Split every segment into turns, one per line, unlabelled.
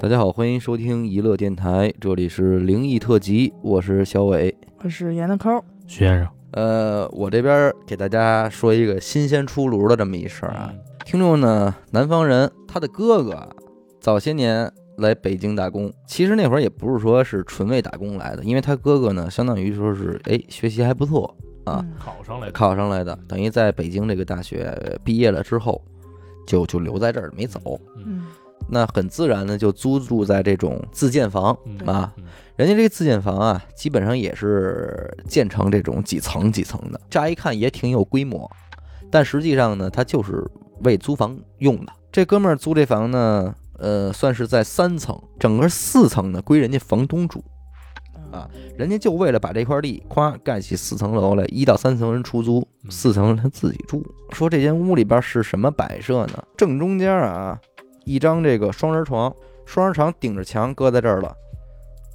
大家好，欢迎收听娱乐电台，这里是灵异特辑，我是小伟。
我是严的抠，
徐先生，
呃，我这边给大家说一个新鲜出炉的这么一事儿啊。
嗯
听众呢，南方人，他的哥哥啊早些年来北京打工，其实那会儿也不是说是纯为打工来的，因为他哥哥呢，相当于说是哎学习还不错，啊
嗯
考上来的，
考上来的，等于在北京这个大学毕业了之后，就就留在这儿没走。
嗯
那很自然的就租住在这种自建房
嗯
啊，
嗯
人家这个自建房啊，基本上也是建成这种几层几层的，乍一看也挺有规模，但实际上呢，它就是为租房用的。这哥们儿租这房呢，呃，算是在三层，整个四层呢归人家房东住，
嗯
啊，人家就为了把这块地夸盖起四层楼来，一到三层人出租，
嗯
四层他自己住。说这间屋里边是什么摆设呢？正中间啊，一张这个双人床，双人床顶着墙搁在这儿了。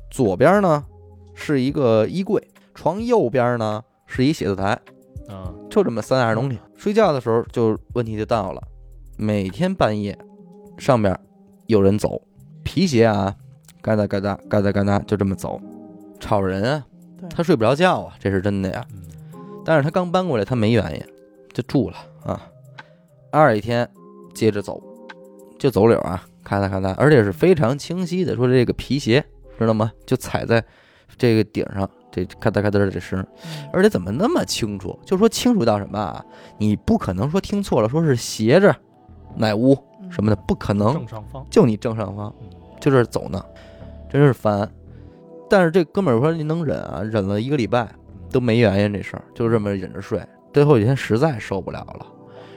左边呢是一个衣柜，床右边呢是一写字台，
啊，
就这么三样东西。睡觉的时候就问题就到了，每天半夜上面有人走，皮鞋啊，嘎哒嘎哒嘎哒嘎哒就这么走，吵人啊
对，
他睡不着觉啊，这是真的呀。
嗯
但是他刚搬过来，他没原因，就住了啊。二一天接着走，就走柳啊，咔嗒咔嗒，而且是非常清晰的，说这个皮鞋知道吗？就踩在这个顶上，这咔嗒咔嗒的这声，
嗯
而且怎么那么清楚？就说清楚到什么啊？你不可能说听错了，说是斜着哪屋
嗯
什么的，不可能，
正上方，
就你正上方，
嗯
就这儿走呢，真是烦。但是这哥们儿说你能忍啊，忍了一个礼拜，都没原因这事儿，就这么忍着睡。最后一天实在受不了了，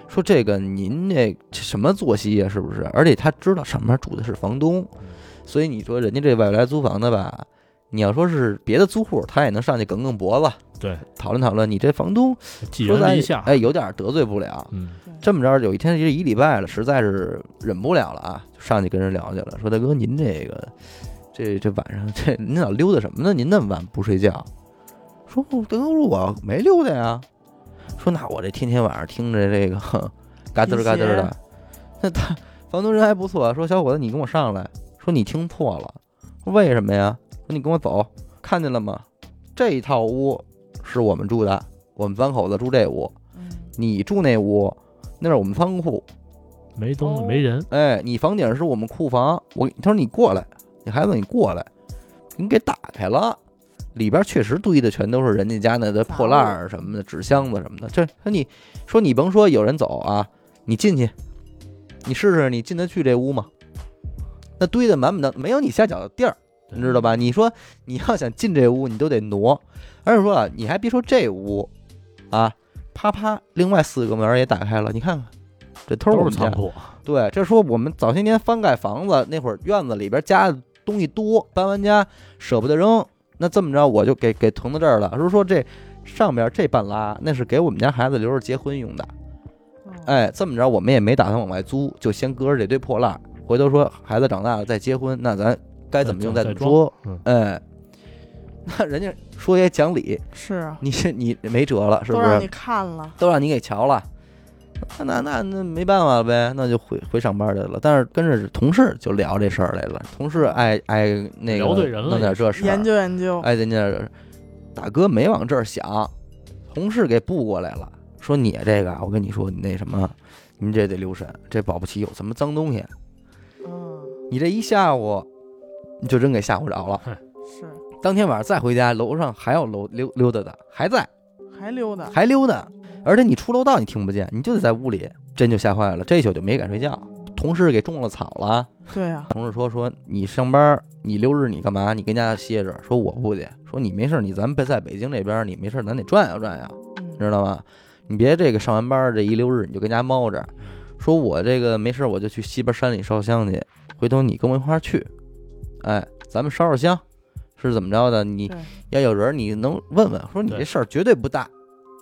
说这个您这这什么作息呀、是不是？而且他知道上面住的是房东，
嗯
所以你说人家这外来租房的吧，你要说是别的租户，他也能上去梗梗脖子，
对，
讨论讨论。你这房东
寄
说
人
咱
篱下，
哎，有点得罪不了。
嗯，
这么着，有一天这一礼拜了，实在是忍不了了啊，就上去跟人聊去了，说大哥您这个这这晚上这您老溜达什么呢？您那么晚不睡觉？说不大哥我没溜达呀。说那我这天天晚上听着这个 哼嘎噔儿嘎噔儿
皮
的，那他房东人还不错，说小伙子你跟我上来，说你听错了，说为什么呀？说你跟我走，看见了吗？这一套屋是我们住的，我们三口子住这屋，
嗯
你住那屋，那是我们仓库。
没东西，没人，
哎，你房顶是我们库房。我他说你过来，你孩子你过来，你给打开了，里边确实堆的全都是人家家那的破烂儿什么的，纸箱子什么的。这说你说你甭说有人走啊，你进去，你试试你进得去这屋吗？那堆的满满当，没有你下脚的地儿，
对
你知道？吧？你说你要想进这屋，你都得挪，而且说啊，你还别说这屋，啊，啪啪，另外四个门儿也打开了，你看看，这都是我
都
们
是
家
仓库，
对，这说我们早些年翻盖房子那会儿，院子里边家的东西多，搬完家舍不得扔。那这么着，我就给给腾到这儿了。说说这上边这半拉，那是给我们家孩子留着结婚用的。
哦
哎，这么着，我们也没打算往外租，就先搁着这堆破烂儿。回头说孩子长大了再结婚，那咱该怎么用
再
怎么
装
说。
嗯
哎，那人家说也讲理，
是啊，
你是你没辙了，是不
都
是？
让你看了，
都让你给瞧了，那那那那没办法呗，那就回回上班去了。但是跟着同事就聊这事儿来了，同事爱爱那个
聊对人了
弄点这事
研
儿，
究研究，
爱哎人家大哥没往这儿想，同事给布过来了，说你这个啊，我跟你说，你那什么，你这得留神，这保不齐有什么脏东西。
嗯，
你这一下午，你就真给吓唬着了。
是
当天晚上再回家，楼上还有楼溜溜达的，还在。
还溜达，
还溜达，而且你出楼道你听不见，你就得在屋里，真就吓坏了，这一宿就没敢睡觉。同事给种了草了，
对啊，
同事说说你上班，你六日你干嘛？你跟家歇着。说我不去，说你没事，你咱们在北京这边，你没事咱得转悠转悠，
嗯
你知道吗？你别这个上完班这一六日你就跟家猫着。说我这个没事，我就去西边山里烧香去，回头你跟我一块儿去，哎，咱们烧烧香，是怎么着的？你
对
要有人，你能问问，说你
对
这事儿绝对不大，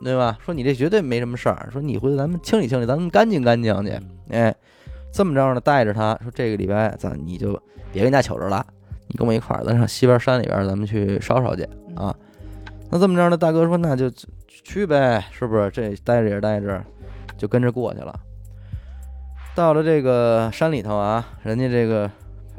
对吧？说你这绝对没什么事儿，说你回头咱们清理清理，咱们干净干净去。
嗯
哎，这么着呢，带着他说这个礼拜咱你就别跟家瞅着了，你跟我一块儿，咱上西边山里边儿咱们去烧烧去
嗯
啊。那这么着呢，大哥说那就去去呗，是不是？这待着也待着，就跟着过去了。到了这个山里头啊，人家这个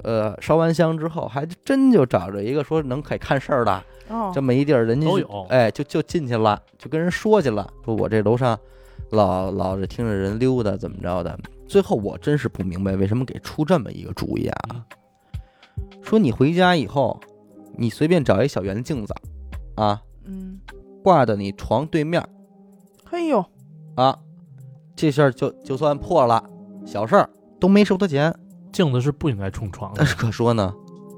呃，烧完香之后，还真就找着一个说能给看事儿的
哦
这，么一地儿，人家就
都有
哎，就就进去了，就跟人说去了，说我这楼上老老是听着人溜达，怎么着的。最后我真是不明白为什么给出这么一个主意啊
嗯，
说你回家以后，你随便找一小圆镜子，啊，
嗯，
挂到你床对面
嘿呦，
啊，这事儿就就算破了，小事儿都没收他钱。
镜子是不应该冲床的
但，是可说呢，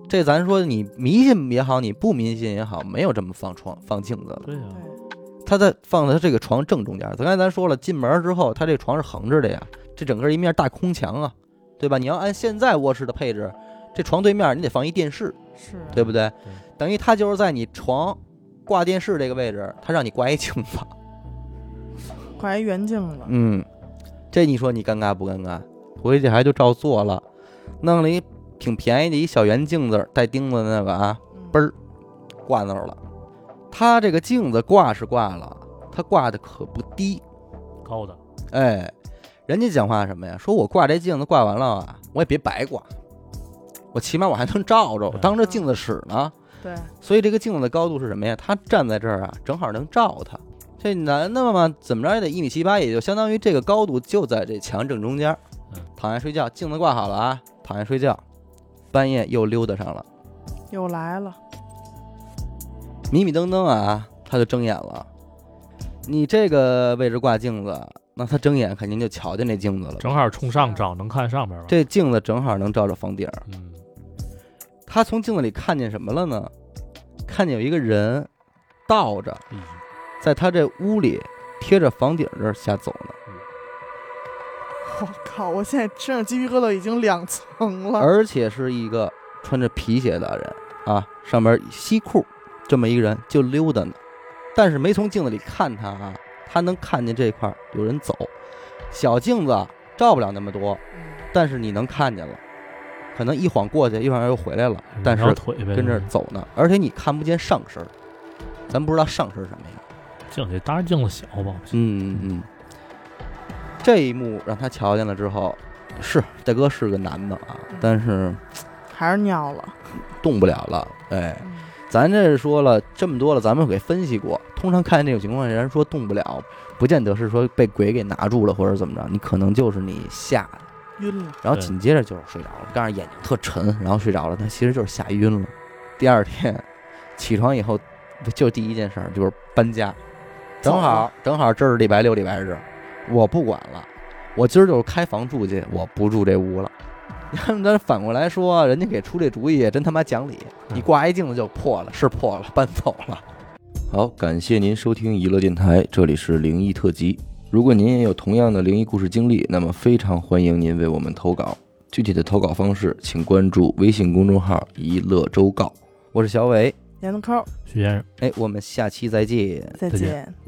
这咱说你迷信也好，你不迷信也好，没有这么放床放镜子的。
对呀、
对，
他在放在他这个床正中间。刚才咱说了，进门之后，他这床是横着的呀，这整个一面大空墙啊，对吧？你要按现在卧室的配置，这床对面你得放一电视，
是啊，
对不对
对？
等于他就是在你床挂电视这个位置，他让你挂一镜子。
挂一圆镜子，
嗯，这你说你尴尬不尴尬？回去还就照做了，弄了一挺便宜的一小圆镜子，带钉子的那个啊，
嗯
嘣儿挂那儿了。他这个镜子挂是挂了，他挂的可不低。
高的
哎，人家讲话什么呀？说我挂这镜子挂完了啊，我也别白挂，我起码我还能照着，我当这镜子使呢。
对，
所以这个镜子的高度是什么呀？他站在这儿啊，正好能照他。这男的嘛，怎么着也得一米七八，也就相当于这个高度就在这墙正中间
嗯。
躺下睡觉，镜子挂好了啊，躺下睡觉。半夜又溜达上了，
又来了，
迷迷瞪瞪啊，他就睁眼了。你这个位置挂镜子，那他睁眼肯定就瞧见这镜子了。
正好冲上照，能看上边了。
这镜子正好能照着房顶儿。
嗯，
他从镜子里看见什么了呢？看见有一个人倒着
哎呦
在他这屋里贴着房顶这儿瞎走呢，
我靠，我现在身上鸡皮疙瘩已经两层了，
而且是一个穿着皮鞋的人啊，上面西裤这么一个人就溜达呢，但是没从镜子里看他啊，他能看见这块儿有人走，小镜子啊照不了那么多，
嗯
但是你能看见了，可能一晃过去，一晃又回来了，但是
两条腿呗，
跟这儿走呢，而且你看不见上身儿，咱不知道上身儿什么样。
镜子，当然镜子小吧，
嗯嗯，这一幕让他瞧见了之后，是大哥是个男的啊，但是
还是尿了，
动不了了。哎，
嗯
咱这说了这么多了，咱们给分析过，通常看见这种情况，人说动不了，不见得是说被鬼给拿住了或者怎么着，你可能就是你吓的，
晕了，
然后
对
紧接着就是睡着了，但是眼睛特沉，然后睡着了，但其实就是吓晕了。第二天起床以后，就第一件事儿就是搬家，正
走
好
了
正好这是礼拜六、礼拜日，我不管了，我今儿就是开房住去，我不住这屋了。 咱反过来说，人家给出这主意真他妈讲理，
嗯
你挂一镜子就破了，是破了，搬走了。
好，感谢您收听娱乐电台，这里是灵异特辑。如果您也有同样的灵异故事经历，那么非常欢迎您为我们投稿。具体的投稿方式，请关注微信公众号“一乐周告”。
我是小伟，
闫子抠，
徐先生。
哎，我们下期再见。
再
再见
见。